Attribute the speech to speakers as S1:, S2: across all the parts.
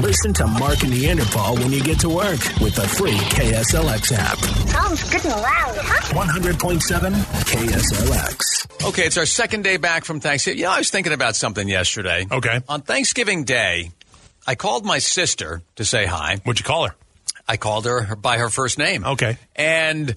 S1: Listen to Mark and Neanderthal when you get to work with the free KSLX app.
S2: Sounds good and loud, huh?
S1: 100.7 KSLX.
S3: Okay, it's our second day back from Thanksgiving. You know, I was thinking about something yesterday.
S4: Okay.
S3: On Thanksgiving Day, I called my sister to say hi.
S4: What'd you call her?
S3: I called her by her first name.
S4: Okay.
S3: And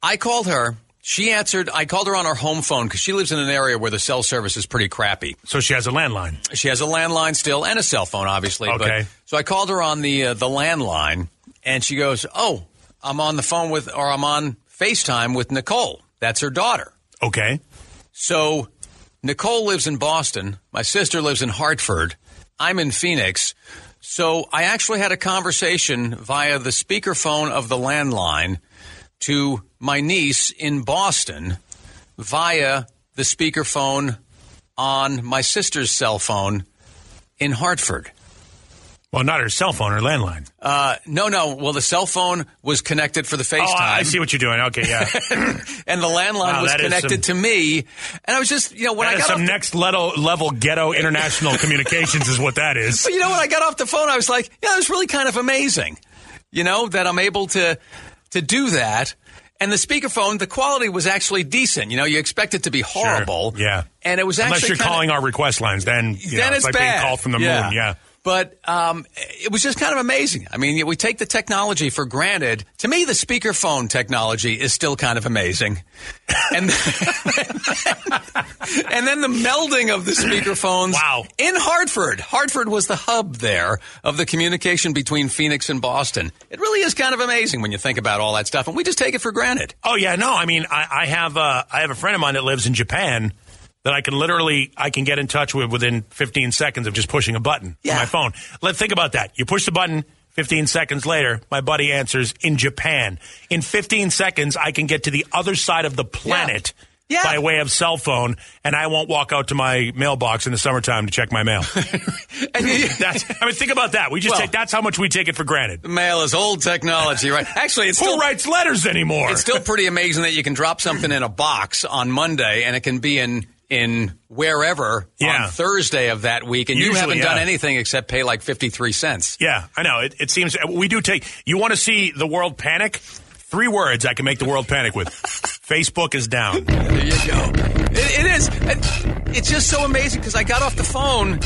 S3: I called her. She answered. I called her on her home phone because she lives in an area where the cell service is pretty crappy.
S4: So she has a landline.
S3: She has a landline still and a cell phone, obviously.
S4: Okay.
S3: so I called her on the uh, the landline, and she goes, "Oh, I'm on the phone with, or I'm on FaceTime with Nicole. That's her daughter."
S4: Okay.
S3: So Nicole lives in Boston. My sister lives in Hartford. I'm in Phoenix. So I actually had a conversation via the speakerphone of the landline to my niece in Boston via the speakerphone on my sister's cell phone in Hartford.
S4: Well, not her cell phone, her landline.
S3: Uh, no, no. Well, the cell phone was connected for the FaceTime.
S4: Oh, I see what you're doing. Okay, yeah.
S3: and the landline
S4: Wow,
S3: was
S4: that is
S3: connected
S4: some-
S3: to me. And I was just, you know, when I
S4: That is
S3: got
S4: some
S3: off the-
S4: next level, level ghetto international communications is what that is.
S3: But you know what? I got off the phone. I was like, yeah, it's really kind of amazing, you know, that I'm able to to do that. And the speakerphone, the quality was actually decent. You know, you expect it to be horrible.
S4: Yeah.
S3: And it was actually
S4: Unless you're
S3: kinda-
S4: calling our request lines, then, you
S3: then
S4: know, it's,
S3: it's
S4: like
S3: bad.
S4: being called from the moon. Yeah.
S3: But um, it was just kind of amazing. I mean, we take the technology for granted. To me, the speakerphone technology is still kind of amazing. And and then the melding of the speakerphones
S4: Wow.
S3: in Hartford. Hartford was the hub there of the communication between Phoenix and Boston. It really is kind of amazing when you think about all that stuff, and we just take it for granted.
S4: Oh yeah, no. I mean, I, I have uh, I have a friend of mine that lives in Japan that I can literally I can get in touch with within 15 seconds of just pushing a button
S3: Yeah.
S4: on my phone. Let's think about that. You push the button. 15 seconds later, my buddy answers in Japan. In 15 seconds, I can get to the other side of the planet
S3: Yeah.
S4: by way of cell phone, and I won't walk out to my mailbox in the summertime to check my mail.
S3: And you-
S4: that's, I mean, think about that. We just
S3: Well-
S4: take that's how much we take it for granted.
S3: Mail is old technology, right? Actually, it's still
S4: Who writes letters anymore?
S3: It's still pretty amazing that you can drop something in a box on Monday and it can be in in wherever
S4: Yeah.
S3: on Thursday of that week, and you
S4: Usually,
S3: haven't done
S4: yeah.
S3: anything except pay like fifty three cents.
S4: Yeah, I know. It, it seems we do take. You want to see the world panic? Three words I can make the world panic with. Facebook is down.
S3: There you go. It, it is. And It's just so amazing because I got off the phone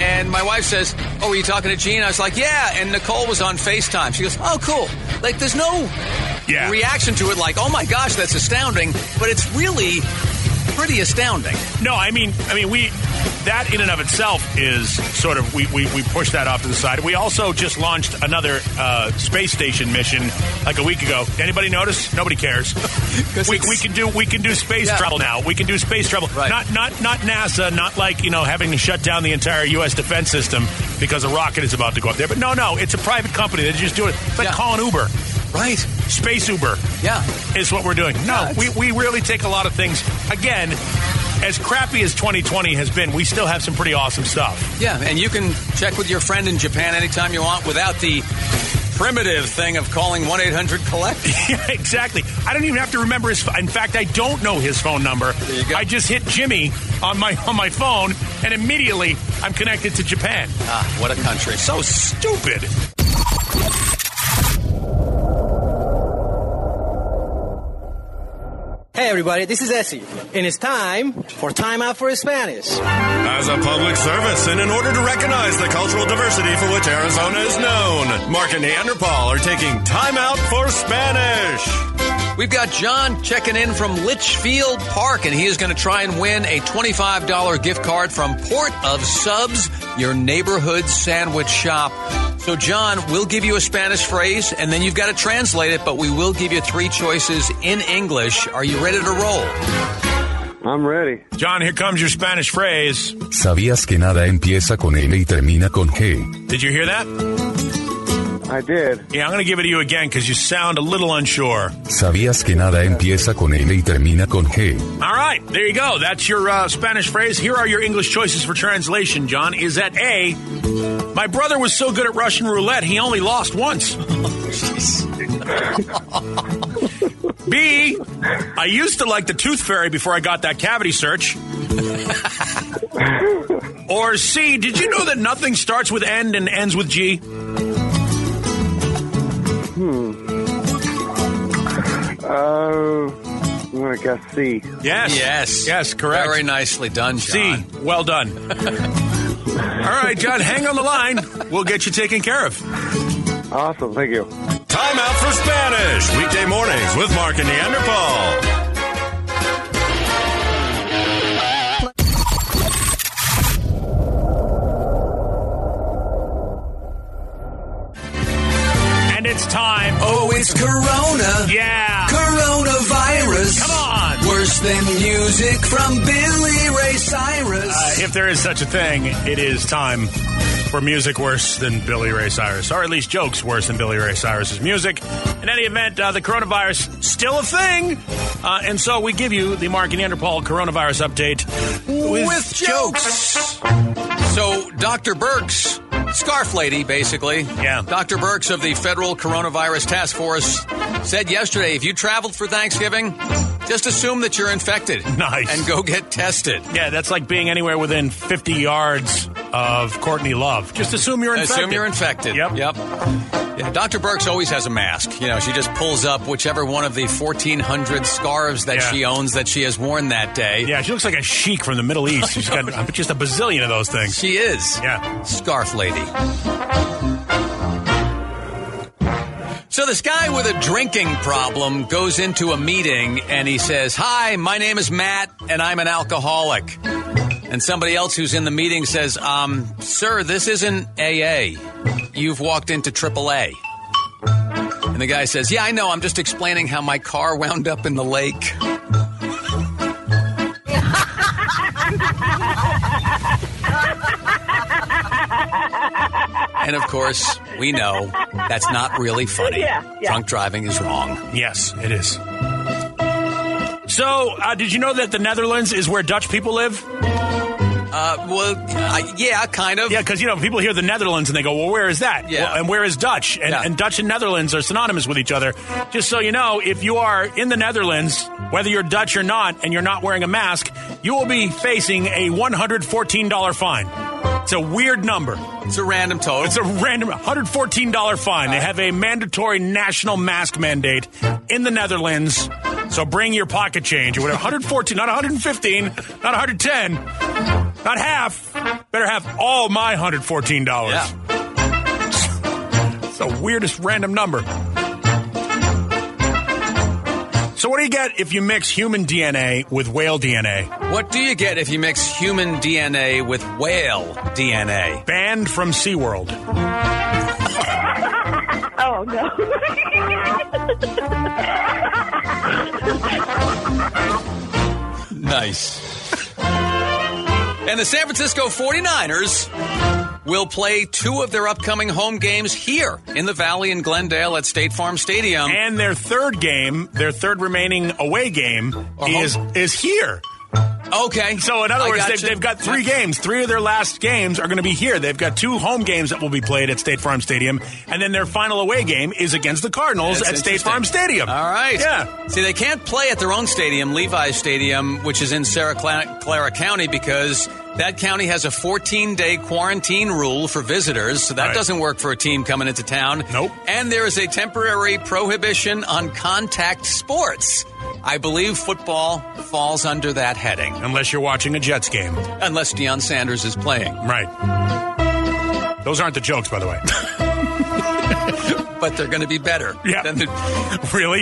S3: and my wife says, "Oh, are you talking to Gene?" I was like, "Yeah." And Nicole was on Facetime. She goes, "Oh, cool." Like, there's no
S4: Yeah.
S3: reaction to it. Like, "Oh my gosh, that's astounding," but it's really pretty astounding.
S4: No, I mean, I mean, we that in and of itself is sort of we we, we push that off to the side. We also just launched another uh, space station mission like a week ago. Anybody notice? Nobody cares.
S3: 'Cause
S4: we,
S3: it's-
S4: we can do we can do space
S3: Yeah.
S4: travel now. We can do space travel.
S3: Right.
S4: Not not not NASA. Not like you know having to shut down the entire U.S. defense system because a rocket is about to go up there. But no, no, it's a private company. They just do it. It's like
S3: Yeah.
S4: calling Uber,
S3: Right.
S4: space Uber
S3: Yeah.
S4: is what we're doing. No,
S3: Yeah,
S4: we,
S3: it's-
S4: we really take a lot of things. Again, as crappy as 2020 has been, we still have some pretty awesome stuff.
S3: Yeah, and you can check with your friend in Japan anytime you want without the primitive thing of calling 1 800 Collect.
S4: Yeah, exactly. I don't even have to remember his. In fact, I don't know his phone number.
S3: There you go.
S4: I just hit Jimmy on my on my phone, and immediately I'm connected to Japan.
S3: Ah, what a country. So stupid.
S4: Stupid.
S5: Hey everybody, this is Essie, and it's time for Time Out for Spanish.
S6: As a public service, and in order to recognize the cultural diversity for which Arizona is known, Mark and Neanderthal are taking time out for Spanish.
S3: We've got John checking in from Litchfield Park, and he is going to try and win a $25 gift card from Port of Subs, your neighborhood sandwich shop. So, John, we'll give you a Spanish phrase, and then you've got to translate it, but we will give you three choices in English. Are you ready to roll?
S7: I'm ready.
S4: John, here comes your Spanish phrase.
S8: ¿Sabías que nada empieza con N y termina con G?
S4: Did you hear that?
S7: I did.
S4: Yeah, I'm going to give it to you again because you sound a little unsure.
S8: ¿Sabías que nada empieza con N y termina con G?
S4: All right, there you go. That's your uh, Spanish phrase. Here are your English choices for translation, John. Is that A, my brother was so good at Russian roulette, he only lost once. B, I used to like the tooth fairy before I got that cavity search. or C, did you know that nothing starts with N and ends with G?
S7: Uh, I'm gonna guess C.
S4: Yes.
S3: Yes.
S4: Yes, correct.
S3: Very nicely done,
S4: C,
S3: John.
S4: well done. All right, John, hang on the line. We'll get you taken care of.
S7: Awesome, thank you.
S6: Time out for Spanish. Weekday mornings with Mark and Neanderthal.
S4: And it's time.
S1: Oh, it's Corona.
S4: Yeah.
S1: Coronavirus.
S4: Come on.
S1: Worse than music from Billy Ray Cyrus.
S4: Uh, if there is such a thing, it is time for music worse than Billy Ray Cyrus, or at least jokes worse than Billy Ray Cyrus's music. In any event, uh, the coronavirus still a thing, uh, and so we give you the Mark and Neanderthal coronavirus update with,
S3: So, Dr. Burks, scarf lady, basically.
S4: Yeah.
S3: Dr. Burks of the Federal Coronavirus Task Force said yesterday if you traveled for Thanksgiving, just assume that you're infected.
S4: Nice.
S3: And go get tested.
S4: Yeah, that's like being anywhere within 50 yards of Courtney Love. Just assume you're infected.
S3: Assume you're infected.
S4: Yep.
S3: Yep. Yeah, Dr. Burks always has a mask. You know, she just pulls up whichever one of the 1,400 scarves that
S4: Yeah.
S3: she owns that she has worn that day.
S4: Yeah, she looks like a sheik from the Middle East. She's got uh, just a bazillion of those things.
S3: She is.
S4: Yeah.
S3: Scarf lady. So this guy with a drinking problem goes into a meeting and he says, Hi, my name is Matt and I'm an alcoholic. And somebody else who's in the meeting says, um, Sir, this isn't AA. You've walked into AAA. And the guy says, Yeah, I know. I'm just explaining how my car wound up in the lake. And of course, we know that's not really funny.
S9: Yeah, yeah.
S3: Drunk driving is wrong.
S4: Yes, it is. So, uh, did you know that the Netherlands is where Dutch people live?
S3: Uh, well, uh, yeah, kind of.
S4: Yeah, because you know people hear the Netherlands and they go, "Well, where is that?
S3: Yeah.
S4: Well, and where is Dutch? And,
S3: Yeah.
S4: and Dutch and Netherlands are synonymous with each other. Just so you know, if you are in the Netherlands, whether you're Dutch or not, and you're not wearing a mask, you will be facing a one hundred fourteen dollar fine. It's a weird number.
S3: It's a random total.
S4: It's a random $114 fine. They have a mandatory national mask mandate in the Netherlands. So bring your pocket change or whatever. 114, not 115, not 110, not half. Better have all my $114.
S3: yeah.
S4: It's the weirdest random number. So what do you get if you mix human DNA with whale DNA?
S3: What do you get if you mix human DNA with whale DNA?
S4: Banned from SeaWorld.
S9: Oh no.
S3: Nice. and the San Francisco 49ers will play two of their upcoming home games here in the Valley in Glendale at State Farm Stadium.
S4: And their third game, their third remaining away game,
S3: Or home-
S4: is is here.
S3: okay.
S4: So in other
S3: I
S4: words,
S3: gotcha.
S4: they've, they've got three games. Three of their last games are going to be here. They've got two home games that will be played at State Farm Stadium, and then their final away game is against the Cardinals
S3: That's
S4: at State
S3: interesting.
S4: Farm Stadium.
S3: All right.
S4: Yeah.
S3: See, they can't play at their own stadium, Levi's Stadium, which is in Santa Cla- Clara County, because that county has a 14 day quarantine rule for visitors. So that
S4: Right.
S3: doesn't work for a team coming into town.
S4: Nope.
S3: And there is a temporary prohibition on contact sports. I believe football falls under that heading,
S4: Unless you're watching a Jets game,
S3: unless Deion Sanders is playing.
S4: right? Those aren't the jokes, by the way.
S3: But they're going to be better.
S4: Yeah.
S3: Than the-
S4: really?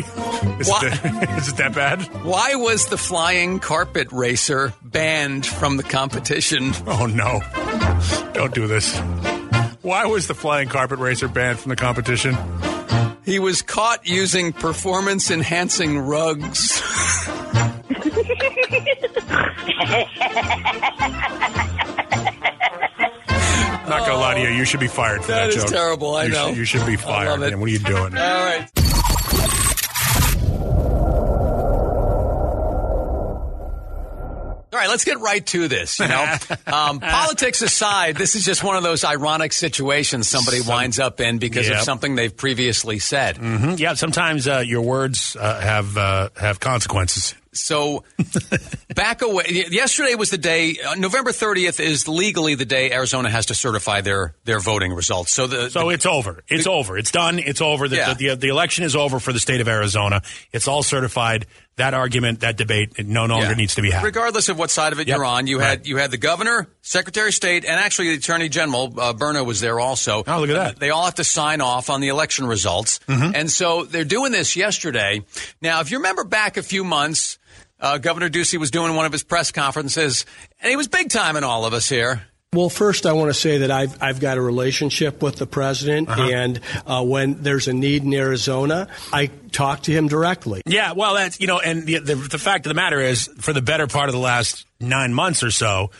S4: Is,
S3: Why-
S4: It the- is it that bad?
S3: why was the flying carpet racer banned from the competition?
S4: Oh no! Don't do this. Why was the flying carpet racer banned from the competition?
S3: He was caught using performance enhancing rugs.
S4: I'm not gonna lie to you. You should be fired for
S3: That
S4: that,
S3: is
S4: joke.
S3: terrible, I
S4: you
S3: know.
S4: Should, you should be
S3: I
S4: fired.
S3: love it.
S4: Man, what are you doing?
S3: All right. All right, right, let's get right to this. You know, um, politics aside, this is just one of those ironic situations somebody winds up in because
S4: Yep.
S3: of something they've previously said.
S4: Mhm. Yeah, sometimes uh, your words uh, have uh, have consequences.
S3: So back away. y- Yesterday was the day. Uh, November 30th is legally the day Arizona has to certify their their voting results. So the,
S4: So it's over. It's over. It's done. It's over. The,
S3: Yeah.
S4: the, the, the election is over for the state of Arizona. It's all certified. That argument, that debate, it no longer
S3: Yeah.
S4: needs to be had.
S3: Regardless of what side of it
S4: Yep.
S3: you're on, you
S4: Right.
S3: had you had the governor, secretary of state, and actually the attorney general uh, Berna was there also. Uh,
S4: Oh, look at that. Mm-hmm.
S3: They all have to sign off on the election results, and so they're doing this yesterday. Now, if you remember back a few months, uh, Governor Ducey was doing one of his press conferences, and he was big time in all of us here.
S10: Well, first, I want to say that I've, I've got a relationship with the president, and uh, when there's a need in Arizona, I talk to him directly.
S4: Yeah, well, that's you know, and the, the the fact of the matter is, for the better part of the last nine months or so,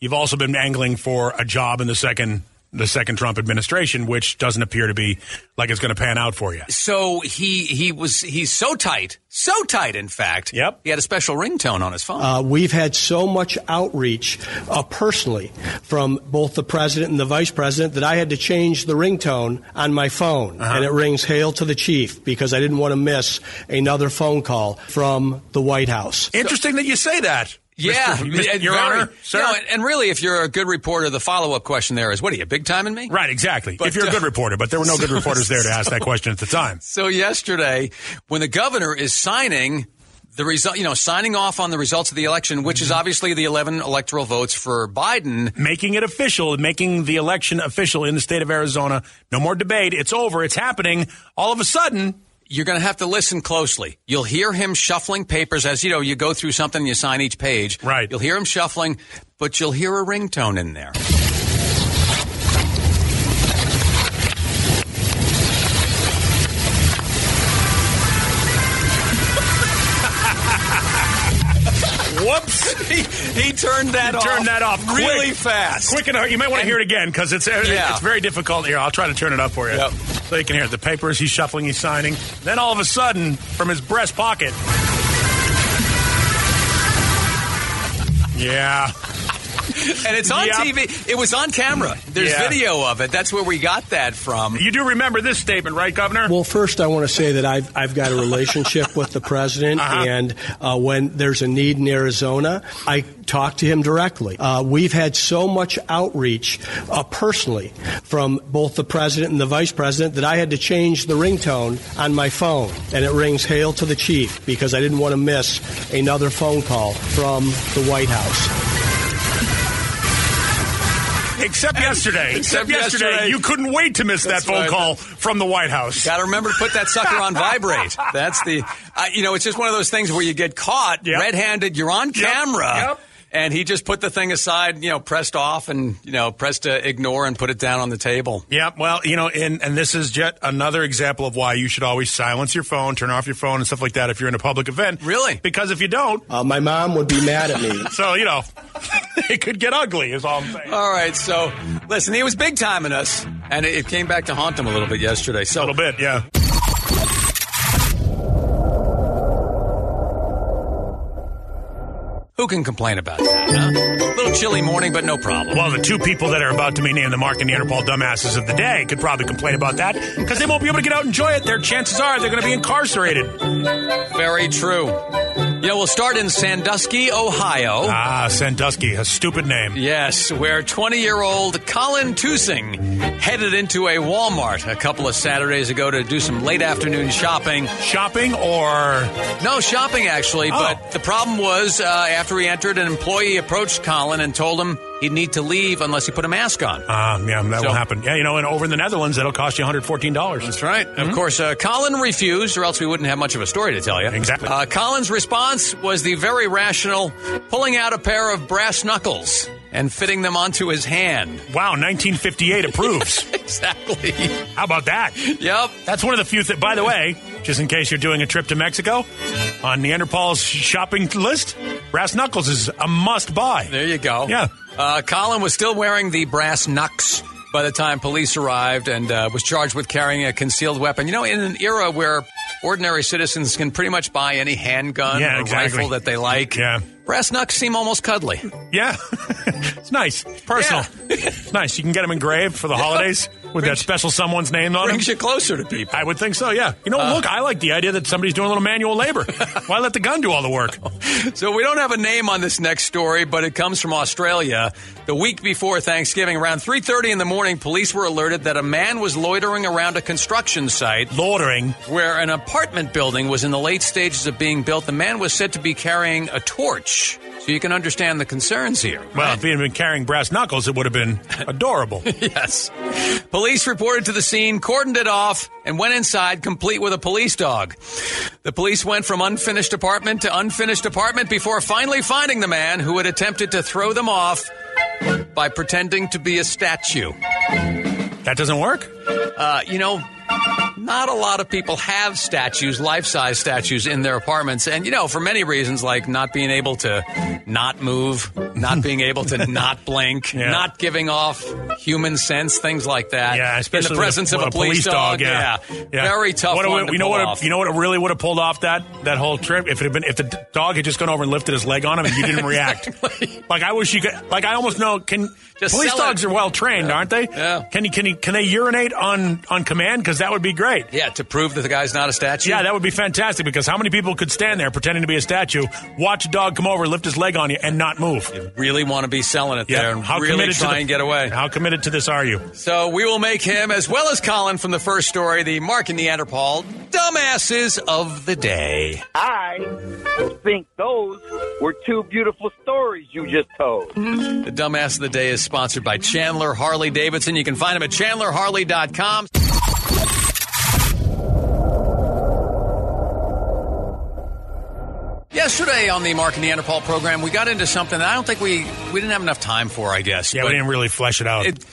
S4: you've also been angling for a job in the second the second Trump administration, which doesn't appear to be like it's going to pan out for you.
S3: So he he was he's so tight, so tight. In fact,
S4: Yep.
S3: He had a special ringtone on his phone.
S10: Uh, we've had so much outreach uh, personally from both the president and the vice president that I had to change the ringtone on my phone, and it rings "Hail to the Chief" because I didn't want to miss another phone call from the White House.
S4: Interesting that you say that.
S3: Yeah,
S4: Mr. Mr.
S3: and
S4: Your
S3: very-
S4: Honor, sir.
S3: No, and, and really, if you're a good reporter, the follow up question there is, "What are you big time in me?"
S4: right, exactly.
S3: But,
S4: if you're a
S3: uh,
S4: good reporter, but there were no good reporters there to ask that question at the time.
S3: So yesterday, when the governor is signing the result, you know, signing off on the results of the election, which is obviously the 11 electoral votes for Biden.
S4: Making it official, making the election official in the state of Arizona. No more debate. It's over. It's happening. All of a sudden,
S3: You're going to have to listen closely. You'll hear him shuffling papers as you know you go through something, you sign each page.
S4: Right.
S3: You'll hear him shuffling, but you'll hear a ringtone in there.
S4: whoops.
S3: he, he turned that off.
S4: Turn that off quick.
S3: really fast.
S4: Quick and hard. You might want to hear it again because it's uh,
S3: Yeah.
S4: it's very difficult here. I'll try to turn it up for you
S3: Yep.
S4: so you can hear it. The papers he's shuffling, he's signing. Then all of a sudden, from his breast pocket. Yeah.
S3: And it's on
S4: Yep.
S3: TV. It was on camera. There's
S4: Yeah.
S3: video of it. That's where we got that from.
S4: You do remember this statement, right, Governor?
S10: Well, first, I want to say that I've, I've got a relationship with the president,
S4: Uh-huh.
S10: and uh, when there's a need in Arizona, I talk to him directly. Uh, we've had so much outreach uh, personally from both the president and the vice president that I had to change the ringtone on my phone, and it rings "Hail to the Chief" because I didn't want to miss another phone call from the White House.
S4: except yesterday.
S3: Except yesterday.
S4: You couldn't wait to miss
S3: That's
S4: that phone
S3: right.
S4: call from the White House.
S3: Got to remember to put that sucker on vibrate. That's the, uh, you know, it's just one of those things where you get caught
S4: Yep.
S3: red-handed. You're on camera,
S4: Yep.
S3: and he just put the thing aside. You know, pressed off and you know pressed to ignore and put it down on the table.
S4: Yeah, well, you know, and, and this is yet another example of why you should always silence your phone, turn off your phone, and stuff like that if you're in a public event.
S3: Really?
S4: Because if you don't,
S10: Uh, my mom would be mad at me.
S4: So, you know, it could get ugly, is all I'm saying.
S3: All right, so listen, he was big timing us, and it, it came back to haunt him a little bit yesterday. So
S4: a little bit, yeah.
S3: who can complain about that? Huh? little chilly morning, but no problem.
S4: Well, the two people that are about to be named the Mark and Neanderthal dumbasses of the day could probably complain about that because they won't be able to get out and enjoy it. Their chances are they're going to be incarcerated.
S3: Very true. Yeah, we'll start in Sandusky, Ohio.
S4: Ah, Sandusky, a stupid name.
S3: Yes, where 20 year old Colin Tusing headed into a Walmart a couple of Saturdays ago to do some late afternoon shopping.
S4: Shopping or
S3: No, shopping actually,
S4: Oh.
S3: but the problem was uh, after he entered, an employee approached Colin and told him he'd need to leave unless he put a mask on.
S4: ah, yeah, that
S3: So-
S4: will happen. Yeah, you know, and over in the Netherlands, that'll cost you 114 dollars.
S3: That's right.
S4: Mm-hmm.
S3: Of course, uh, Colin refused, or else we wouldn't have much of a story to tell you.
S4: Exactly.
S3: Uh, Colin's response was the very rational pulling out a pair of brass knuckles and fitting them onto his hand.
S4: Wow, 1958 approves.
S3: Exactly.
S4: How about that?
S3: yep.
S4: That's one of the few that, by the way, just in case you're doing a trip to Mexico, on Neanderthal's shopping list, brass knuckles is a must buy.
S3: There you go.
S4: Yeah.
S3: Uh, Colin was still wearing the brass knucks by the time police arrived and uh, was charged with carrying a concealed weapon. You know, in an era where ordinary citizens can pretty much buy any handgun
S4: Yeah,
S3: or
S4: exactly.
S3: rifle that they like.
S4: Yeah.
S3: Brass knucks seem almost cuddly.
S4: Yeah, it's nice. It's personal. it's nice. You can get them engraved for the holidays with that special someone's name on them.
S3: Brings you Uh. closer to people.
S4: I would think so. Yeah. You know, look, I like the idea that somebody's doing a little manual labor. Why let the gun do all the work?
S3: Oh. So we don't have a name on this next story, but it comes from Australia. The week before Thanksgiving, around 3:30 in the morning, police were alerted that a man was loitering around a construction site
S4: Loitering.
S3: where an apartment building was in the late stages of being built. The man was said to be carrying a torch. So you can understand the concerns here.
S4: Well, if he had been carrying brass knuckles, it would have been adorable.
S3: Yes. Police reported to the scene, cordoned it off, and went inside, complete with a police dog. The police went from unfinished apartment to unfinished apartment before finally finding the man who had attempted to throw them off by pretending to be a statue.
S4: that doesn't work.
S3: Uh, you know, not a lot of people have statues, life size statues in their apartments. And, you know, for many reasons, like not being able to not move, not being able to not blink,
S4: Yeah.
S3: not giving off human sense, things like that.
S4: Yeah, especially
S3: in the presence
S4: with
S3: of a police, dog. yeah. Very tough
S4: What it
S3: one
S4: would-
S3: to
S4: you know
S3: pull
S4: what? it-
S3: off.
S4: You know what? It really would have pulled off that that whole trip if it had been if the d- dog had just gone over and lifted his leg on him and you didn't react. Like I wish you could. Like I almost know. Can
S3: Just
S4: police
S3: sell
S4: dogs
S3: it.
S4: are well trained, aren't they?
S3: Yeah.
S4: Can you can you, can they urinate on on command? Because that would be great.
S3: yeah, to prove that the guy's not a statue.
S4: Yeah, that would be fantastic because how many people could stand there pretending to be a statue, watch a dog come over, lift his leg on you, and not move?
S3: really want to be selling it there and really try
S4: the-
S3: and get away.
S4: How committed to this are you?
S3: So we will make him, as well as Colin from the first story, the Mark and Neanderthal dumbasses of the day.
S11: I think those were two beautiful stories you just told.
S3: The Dumbass of the Day is sponsored by Chandler Harley Davidson. You can find him at chandlerharley.com. Yesterday on the Mark and Neanderthal program, we got into something that I don't think we we didn't have enough time for. I guess.
S4: Yeah,
S3: But
S4: we didn't really flesh it out.
S3: it-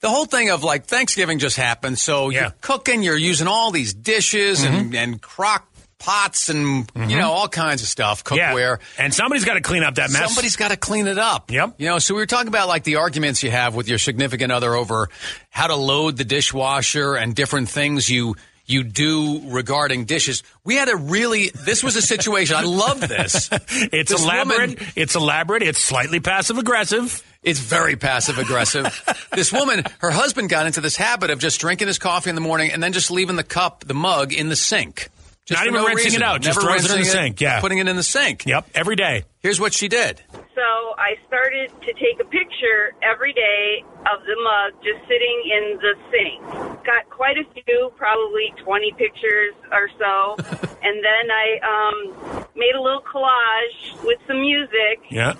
S3: the whole thing of like Thanksgiving just happened, so
S4: Yeah. Mm-hmm.
S3: you're cooking, you're using all these dishes and and crock pots and you know all kinds of stuff,
S4: yeah.
S3: cookware.
S4: And somebody's got to clean up that mess.
S3: Somebody's got to clean it up.
S4: Yep.
S3: You know, so we were talking about like the arguments you have with your significant other over how to load the dishwasher and different things you you do regarding dishes. We had a really this was a situation. I love this.
S4: It's
S3: This
S4: elaborate.
S3: woman-
S4: it's elaborate. It's slightly passive aggressive.
S3: It's very passive aggressive. this woman, her husband got into this habit of just drinking his coffee in the morning and then just leaving the cup, the mug in the sink. Just
S4: Not
S3: for
S4: even
S3: no
S4: rinsing it
S3: reason.
S4: out, just
S3: Never
S4: throws it in the
S3: rinsing
S4: sink, yeah.
S3: Putting it in the sink.
S4: Yep, every day.
S3: Here's what she did.
S9: So I started to take a picture every day of the mug just sitting in the sink. Got quite a few, probably 20 pictures or so. and then I um, made a little collage with some music.
S4: Yeah.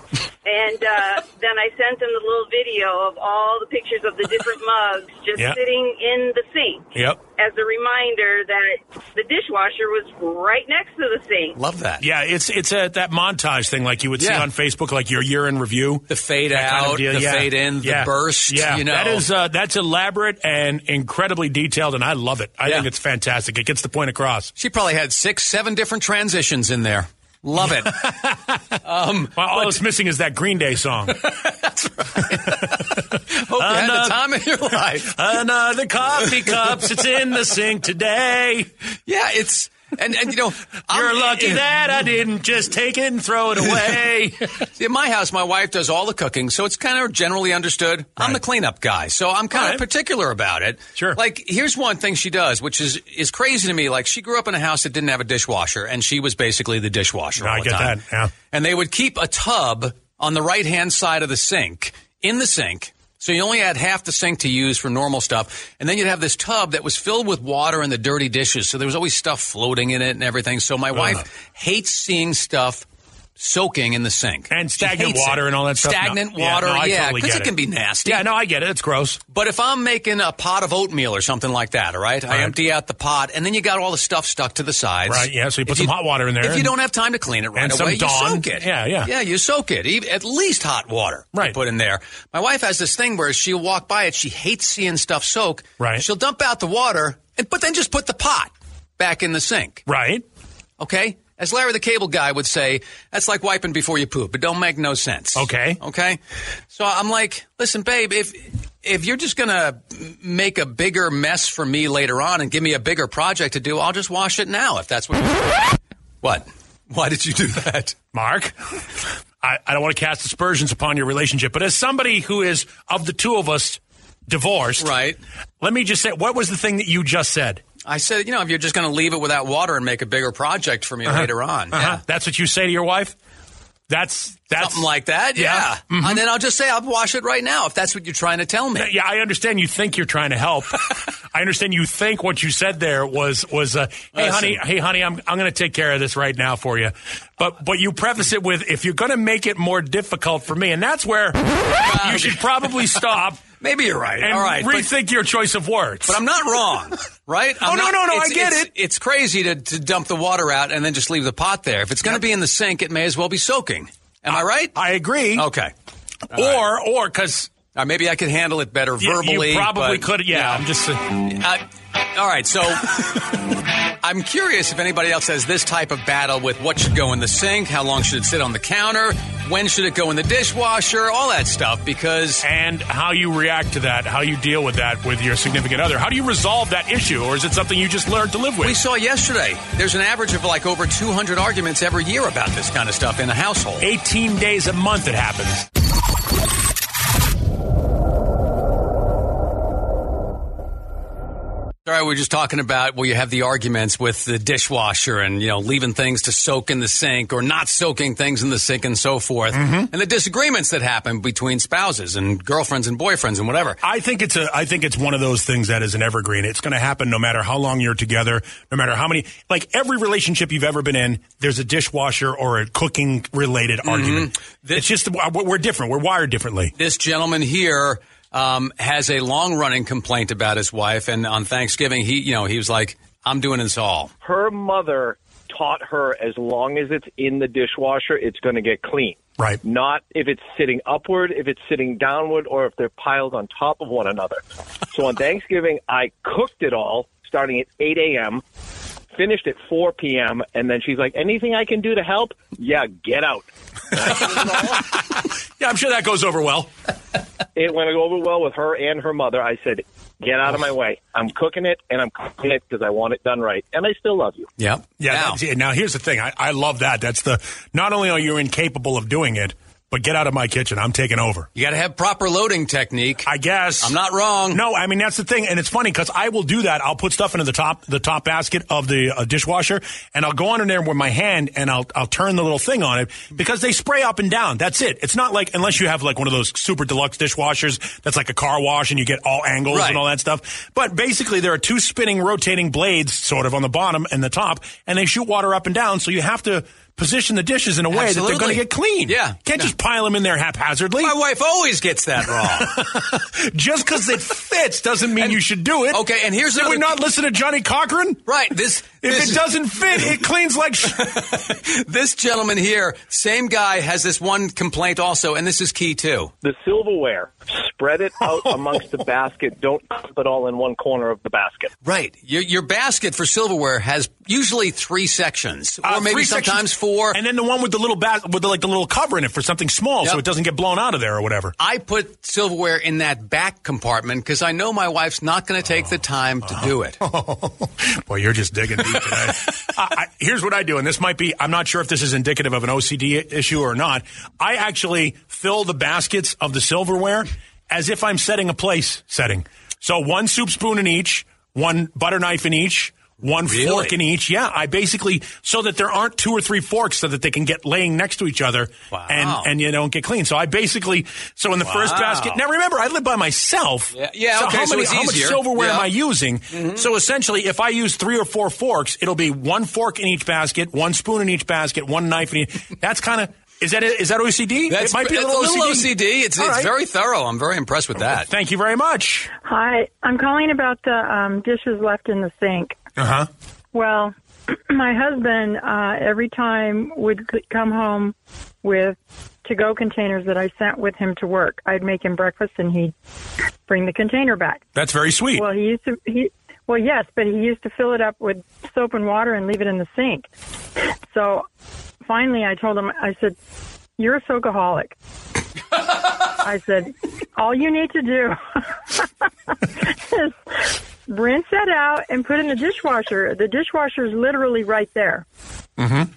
S9: And uh, then I sent them the little video of all the pictures of the different mugs just
S4: Yeah.
S9: sitting in the sink.
S4: Yep.
S9: As a reminder that the dishwasher was right next to the sink.
S3: Love that.
S4: Yeah, it's it's a, that montage thing like you would see
S3: Yeah.
S4: on Facebook, like your year in review.
S3: The fade
S4: That
S3: out,
S4: kind of deal,
S3: the
S4: yeah.
S3: fade in, the
S4: Yeah.
S3: burst.
S4: Yeah,
S3: you know.
S4: that is uh, that's elaborate and incredibly detailed, and I love it. I
S3: Yeah.
S4: think it's fantastic. It gets the point across.
S3: She probably had six, seven different transitions in there. Love it.
S4: Well, all that's missing is that Green Day song.
S3: Hope you had
S4: Another-
S3: the time of your life.
S4: Another coffee cup sits in the sink today.
S3: Yeah, it's and and you know I'm-
S4: You're lucky that I didn't just take it and throw it away.
S3: See, in my house, my wife does all the cooking, so it's kind of generally understood. I'm the cleanup guy, so I'm kind
S4: All right.
S3: of particular about it.
S4: Sure.
S3: Like, here's one thing she does, which is is crazy to me. Like, she grew up in a house that didn't have a dishwasher, and she was basically the dishwasher.
S4: No, I
S3: all the
S4: get
S3: time.
S4: that, yeah.
S3: And they would keep a tub on the right hand side of the sink in the sink. So you only had half the sink to use for normal stuff, and then you'd have this tub that was filled with water and the dirty dishes. So there was always stuff floating in it and everything. So my wife hates seeing stuff soaking in the sink
S4: and
S3: She
S4: stagnant
S3: hates it.
S4: water and all that stuff. No.
S3: Stagnant
S4: Yeah,
S3: water,
S4: no, I
S3: yeah,
S4: totally
S3: because
S4: get
S3: it can be nasty.
S4: Yeah, no, I get it. It's gross.
S3: But if I'm making a pot of oatmeal or something like that, all right, I
S4: Right.
S3: empty out the pot, and then you got all the stuff stuck to the sides.
S4: Right, yeah, so you
S3: If
S4: put some hot water in there
S3: If you
S4: and-
S3: don't have time to clean it right
S4: and some
S3: away,
S4: Dawn.
S3: you soak it.
S4: Yeah, yeah.
S3: Yeah, you soak it. Even, at least hot water. you
S4: Right.
S3: put in there. My wife has this thing where she'll walk by it. She hates seeing stuff soak.
S4: Right.
S3: She'll dump out the water, and but then just put the pot back in the sink.
S4: Right?
S3: Okay? As Larry the Cable Guy would say, that's like wiping before you poop. It don't make no sense.
S4: Okay.
S3: Okay? So I'm like, listen, babe, if if you're just going to make a bigger mess for me later on and give me a bigger project to do, I'll just wash it now if that's what. what? Why did you do that,
S4: Mark? I, I don't want to cast aspersions upon your relationship, but as somebody who is of the two of us divorced,
S3: right?
S4: Let me just say, what was the thing that you just said?
S3: I said, you know, if you're just going to leave it without water and make a bigger project for me
S4: Uh-huh.
S3: later on,
S4: Uh-huh.
S3: yeah.
S4: That's what you say to your wife? That's that's
S3: something like that, yeah.
S4: Yeah.
S3: And then I'll just say I'll wash it right now if that's what you're trying to tell me.
S4: Yeah, I understand you think you're trying to help. I understand you think what you said there was was uh, hey
S3: Listen.
S4: honey, hey honey, I'm I'm going to take care of this right now for you. But but you preface it with if you're going to make it more difficult for me, and that's where you should probably stop.
S3: Maybe you're right.
S4: And
S3: All right, but-
S4: rethink your choice of words.
S3: But I'm not wrong, right?
S4: Oh,
S3: I'm
S4: no,
S3: not-
S4: no, no,
S3: it's-
S4: I get
S3: it's-
S4: it.
S3: It's crazy to, to dump the water out and then just leave the pot there. If it's going to be in the sink, it may as well be soaking. Am I, right?
S4: I agree.
S3: Okay.
S4: Or or because
S3: Uh, maybe I could handle it better
S4: You- you
S3: verbally.
S4: probably
S3: but-
S4: could- yeah, I'm just-
S3: Uh, all right, so I'm curious if anybody else has this type of battle with what should go in the sink, how long should it sit on the counter, when should it go in the dishwasher, all that stuff. Because
S4: and how you react to that, how you deal with that with your significant other. How do you resolve that issue, or is it something you just learned to live with?
S3: we saw yesterday there's an average of like over 200 arguments every year about this kind of stuff in a household.
S4: 18 days a month it happens.
S3: All right, we are just talking about well, you have the arguments with the dishwasher and you know leaving things to soak in the sink or not soaking things in the sink and so forth,
S4: Mm-hmm.
S3: and the disagreements that happen between spouses and girlfriends and boyfriends and whatever.
S4: I think it's a. I think it's one of those things that is an evergreen. It's going to happen no matter how long you're together, no matter how many. Like every relationship you've ever been in, there's a dishwasher or a cooking related argument. it's just uh, we're we're different. We're wired differently.
S3: This gentleman here um, has a long running complaint about his wife, and on Thanksgiving he you know he was like, "I'm doing this all."
S12: her mother taught her as long as it's in the dishwasher, it's going to get clean.
S4: Right.
S12: Not if it's sitting upward, if it's sitting downward, or if they're piled on top of one another. so on Thanksgiving, I cooked it all starting at 8 a.m., finished at 4 p.m., and then she's like, anything I can do to help? Yeah, get out.
S4: Yeah, I'm sure that goes over well.
S12: It went over well with her and her mother. I said, get out of my way. I'm cooking it, and I'm cooking it because I want it done right. And I still love you.
S3: Yep.
S4: Yeah. that's it. Now here's the thing. I, I love that. That's the. Not only are you incapable of doing it, but get out of my kitchen. I'm taking over.
S3: You got to have proper loading technique.
S4: I guess
S3: I'm not wrong.
S4: No, I mean that's the thing, and it's funny because I will do that. I'll put stuff into the top the top basket of the uh, dishwasher, and I'll go under there with my hand, and I'll I'll turn the little thing on it because they spray up and down. That's it. It's not like unless you have like one of those super deluxe dishwashers that's like a car wash and you get all angles
S3: Right.
S4: and all that stuff. But basically, there are two spinning, rotating blades sort of on the bottom and the top, and they shoot water up and down. So you have to position the dishes in a way that they're
S3: Absolutely.
S4: going to get clean.
S3: Yeah.
S4: can't just pile them in there haphazardly.
S3: My wife always gets that wrong.
S4: Just because it fits doesn't mean you should do it.
S3: okay, and here's
S4: Did we
S3: another-
S4: not listen to Johnny Cochran?
S3: right, this
S4: If
S3: this
S4: it doesn't fit, it cleans like. Sh-
S3: this gentleman here, same guy, has this one complaint also, and this is key too.
S12: the silverware. Spread it out amongst the basket. Don't keep it all in one corner of the basket.
S3: Right. Your, your basket for silverware has usually three sections, or
S4: Uh,
S3: maybe
S4: three
S3: sometimes
S4: sections.
S3: four.
S4: and then the one with the little bat with the, like the little cover in it for something small, so
S3: Yep.
S4: it doesn't get blown out of there or whatever.
S3: I put silverware in that back compartment because I know my wife's not going to take the time to do
S4: Uh-huh.
S3: it.
S4: Boy, you're just digging deep today. I, I, here's what I do, and this might be, I'm not sure if this is indicative of an OCD issue or not. I actually fill the baskets of the silverware as if I'm setting a place setting. So one soup spoon in each, one butter knife in each, one
S3: Really?
S4: fork in each. Yeah, I basically, so that there aren't two or three forks so that they can get laying next to each other
S3: Wow.
S4: and, and you don't get clean. So I basically, so in the first
S3: Wow.
S4: basket, now remember, I live by myself.
S3: Yeah, yeah,
S4: so
S3: okay,
S4: how,
S3: so
S4: many,
S3: it's
S4: how much
S3: easier.
S4: silverware
S3: Yeah. Mm-hmm.
S4: am I using. So essentially, if I use three or four forks, it'll be one fork in each basket, one spoon in each basket, one knife in each. That's kind of is that is that OCD?
S3: That's-
S4: it might be
S3: it's
S4: a little,
S3: OCD. It's,
S4: All
S3: it's
S4: right.
S3: very thorough. I'm very impressed with that.
S4: Thank you very much.
S13: Hi, I'm calling about the um, dishes left in the sink.
S4: Uh huh.
S13: Well, my husband uh, every time would c- come home with to-go containers that I sent with him to work. I'd make him breakfast, and he'd bring the container back.
S4: That's very sweet.
S13: Well, he used to he. Well, yes, but he used to fill it up with soap and water and leave it in the sink. So finally, I told him, I said, "You're a soakaholic." I said, all you need to do is rinse that out and put in the dishwasher. The dishwasher is literally right there.
S4: Mm-hmm.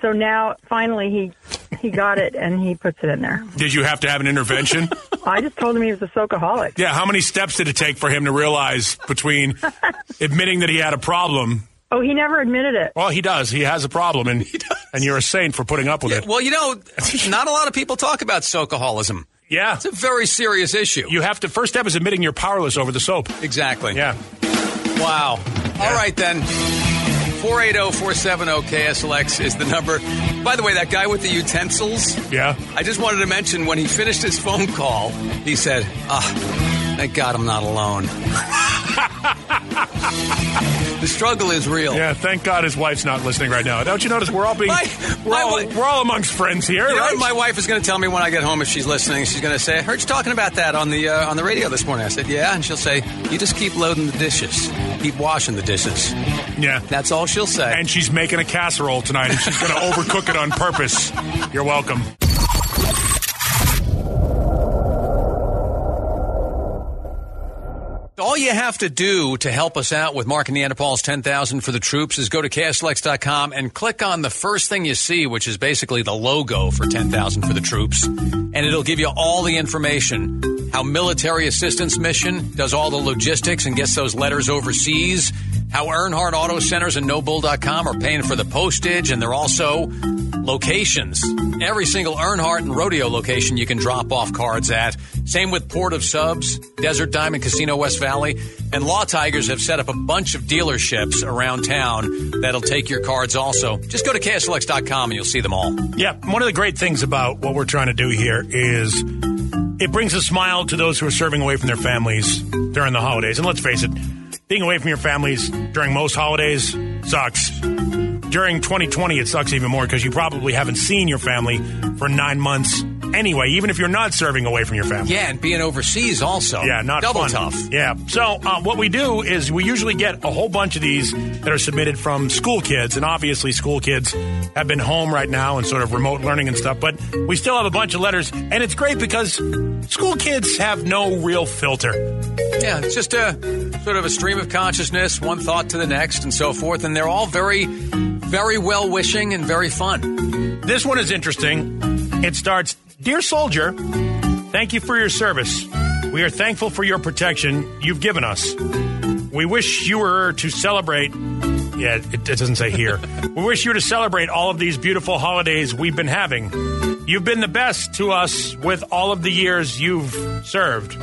S13: So now, finally, he he got it and he puts it in there.
S4: Did you have to have an intervention?
S13: I just told him he was a soakaholic.
S4: yeah. How many steps did it take for him to realize between admitting that he had a problem?
S13: Oh, he never admitted it.
S4: Well, he does. He has a problem, and and you're a saint for putting up with it.
S3: Well, you know, not a lot of people talk about socaholism.
S4: Yeah.
S3: It's a very serious issue.
S4: You have to. First step is admitting you're powerless over the soap.
S3: Exactly.
S4: Yeah.
S3: Wow. All right, then. oh, 480-470-KSLX is the number. By the way, that guy with the utensils.
S4: Yeah.
S3: I just wanted to mention when he finished his phone call, he said, ah, thank God I'm not alone. the struggle is real.
S4: Yeah, thank God his wife's not listening right now. Don't you notice we're all being
S3: My-
S4: we're,
S3: my
S4: all,
S3: wi-
S4: we're all amongst friends here,
S3: You know
S4: right?
S3: what my wife is going to tell me when I get home if she's listening. She's going to say, "I heard you talking about that on the uh, on the radio this morning." I said, "Yeah," and she'll say, "You just keep loading the dishes, keep washing the dishes."
S4: yeah,
S3: that's all she'll say.
S4: And she's making a casserole tonight, and she's going to overcook it on purpose. You're welcome.
S3: All you have to do to help us out with Mark and Neanderthals 10,000 for the troops is go to KSLX.com and click on the first thing you see, which is basically the logo for 10,000 for the troops. And it'll give you all the information how Military Assistance Mission does all the logistics and gets those letters overseas, how Earnhardt Auto Centers and Nobull.com are paying for the postage, and they're also locations. Every single Earnhardt and Rodeo location you can drop off cards at. Same with Port of Subs, Desert Diamond Casino West Valley, and Law Tigers have set up a bunch of dealerships around town that'll take your cards also. Just go to KSLX.com and you'll see them all.
S4: Yeah, one of the great things about what we're trying to do here is it brings a smile to those who are serving away from their families during the holidays. And let's face it, being away from your families during most holidays sucks. During 2020, it sucks even more because you probably haven't seen your family for nine months anyway, even if you're not serving away from your family.
S3: Yeah, and being overseas also.
S4: Yeah, not
S3: double
S4: fun.
S3: tough.
S4: Yeah. So uh, what we do is we usually get a whole bunch of these that are submitted from school kids, and obviously school kids have been home right now and sort of remote learning and stuff. But we still have a bunch of letters, and it's great because school kids have no real filter.
S3: Yeah, it's just a sort of a stream of consciousness, one thought to the next, and so forth. And they're all very, very well wishing and very fun.
S4: This one is interesting. It starts, dear soldier, thank you for your service. We are thankful for your protection you've given us. We wish you were to celebrate. Yeah, it, it doesn't say here. we wish you to celebrate all of these beautiful holidays we've been having. You've been the best to us with all of the years you've served.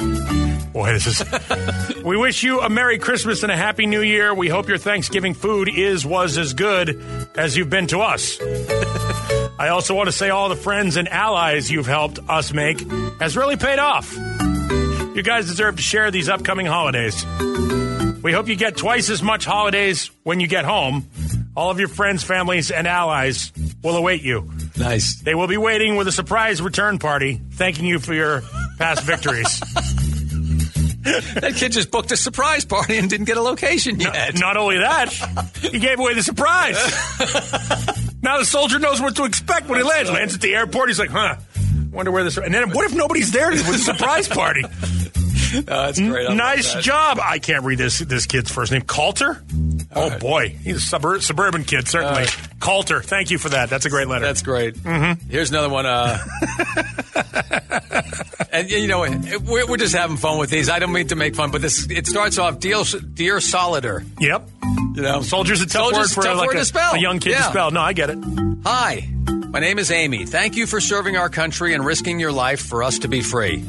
S4: Boy, this is. we wish you a Merry Christmas and a Happy New Year. We hope your Thanksgiving food is, was as good as you've been to us. I also want to say all the friends and allies you've helped us make has really paid off. You guys deserve to share these upcoming holidays. We hope you get twice as much holidays when you get home. All of your friends, families, and allies will await you.
S3: Nice.
S4: They will be waiting with a surprise return party, thanking you for your past victories.
S3: that kid just booked a surprise party and didn't get a location yet.
S4: Not only that, he gave away the surprise. now the soldier knows what to expect when he lands. Lands at the airport. He's like, huh, wonder where this. And then what if nobody's there with the surprise party?
S3: Oh, that's great. I love
S4: nice
S3: that.
S4: job. I can't read this this kid's first name. Calter? oh, boy. He's a suburb, suburban kid, certainly. Calter, thank you for that. That's a great letter.
S3: That's great.
S4: Mm-hmm.
S3: Here's another one. Uh, and you know, we're, we're just having fun with these. I don't mean to make fun, but this it starts off dear, dear solider.
S4: Yep.
S3: You know,
S4: Soldier's a tough
S3: Soldier's
S4: word
S3: a
S4: for
S3: tough
S4: like
S3: word
S4: a,
S3: to spell.
S4: a young kid to
S3: Yeah.
S4: spell. No, I get it.
S3: Hi, my name is Amy. Thank you for serving our country and risking your life for us to be free.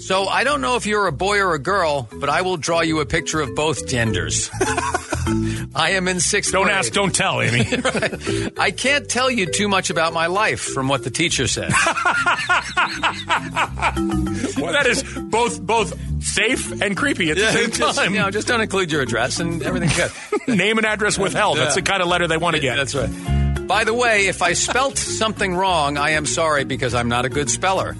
S3: So I don't know if you're a boy or a girl, but I will draw you a picture of both genders. I am in 6th
S4: Don't
S3: grade.
S4: ask, don't tell, Amy.
S3: Right. I can't tell you too much about my life from what the teacher said.
S4: that is both both safe and creepy at the same
S3: just,
S4: time.
S3: you know, just don't include your address and everything's good.
S4: Name and address withheld. That's the kind of letter they want to get.
S3: That's right. By the way, if I spelt something wrong, I am sorry because I'm not a good speller.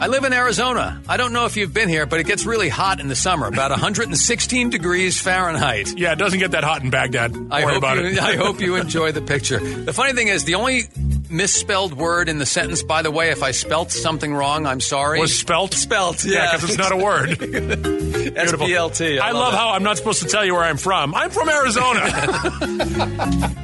S3: I live in Arizona. I don't know if you've been here, but it gets really hot in the summer, about 116 degrees Fahrenheit.
S4: Yeah, it doesn't get that hot in Baghdad. Don't
S3: I
S4: worry
S3: hope,
S4: about
S3: you,
S4: it.
S3: I hope you enjoy the picture. The funny thing is, the only misspelled word in the sentence. By the way, if I spelt something wrong, I'm sorry.
S4: Was spelt?
S3: Spelt, yeah.
S4: Yeah, because it's not a word. Beautiful.
S3: SPLT.
S4: I, love
S3: it.
S4: how I'm not supposed to tell you where I'm from. I'm from Arizona.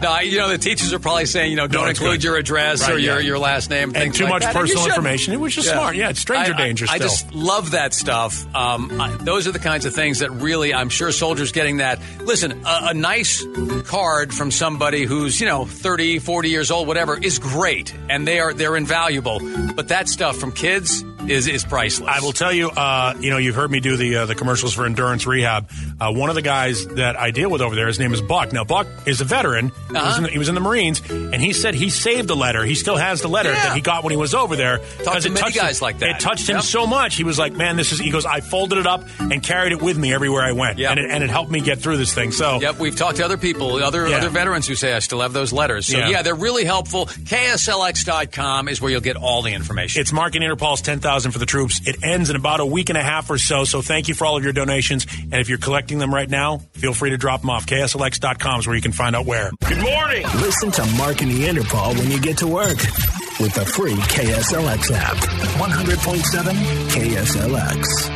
S3: No, I- you know the teachers are probably saying, you know, don't
S4: it's
S3: include
S4: good.
S3: your address
S4: Right,
S3: or your,
S4: yeah.
S3: your last name,
S4: And
S3: things
S4: too
S3: like
S4: much
S3: that. And you
S4: personal
S3: shouldn't.
S4: information, which is smart. Yeah, it's stranger
S3: I-
S4: danger
S3: I, I
S4: still.
S3: just love that stuff. Um, I, those are the kinds of things that really, I'm sure, soldiers getting that. Listen, a, a nice card from somebody who's you know 30, 40 years old, whatever, is great, and they are they're invaluable. But that stuff from kids is is priceless.
S4: I will tell you, uh, you know, you've heard me do the uh, the commercials for endurance rehab. Uh, one of the guys that I deal with over there, his name is Buck. Now, Buck is a veteran. He,
S3: Uh-huh.
S4: was in, he was in the Marines, and he said he saved the letter. He still has the letter
S3: Yeah.
S4: that he got when he was over there.
S3: Talk
S4: 'cause
S3: to
S4: it
S3: many
S4: touched
S3: guys
S4: him,
S3: like that.
S4: It touched him
S3: Yep.
S4: so much. He was like, "Man, this is." He goes, "I folded it up and carried it with me everywhere I went,
S3: Yep.
S4: and, it, and it helped me get through this thing." So,
S3: Yep, we've talked to other people, other
S4: Yeah.
S3: other veterans who say I still have those letters. So
S4: Yeah.
S3: yeah, they're really helpful. KSLX.com is where you'll get all the information.
S4: It's Mark and Interpol's 10,000 for the troops. It ends in about a week and a half or so. So thank you for all of your donations. And if you're collecting them right now, feel free to drop them off. KSLX.com is where you can find out where.
S1: Good morning. Listen to Mark and Neanderthal when you get to work with the free KSLX app. 100.7 KSLX.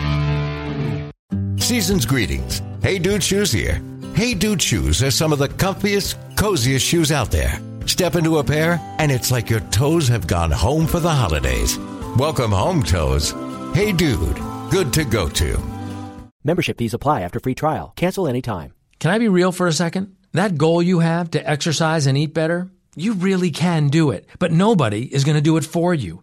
S14: Season's greetings. Hey Dude Shoes here. Hey Dude Shoes are some of the comfiest, coziest shoes out there. Step into a pair, and it's like your toes have gone home for the holidays. Welcome home, toes. Hey Dude, good to go to.
S15: Membership fees apply after free trial. Cancel anytime.
S16: Can I be real for a second? That goal you have to exercise and eat better, you really can do it. But nobody is going to do it for you.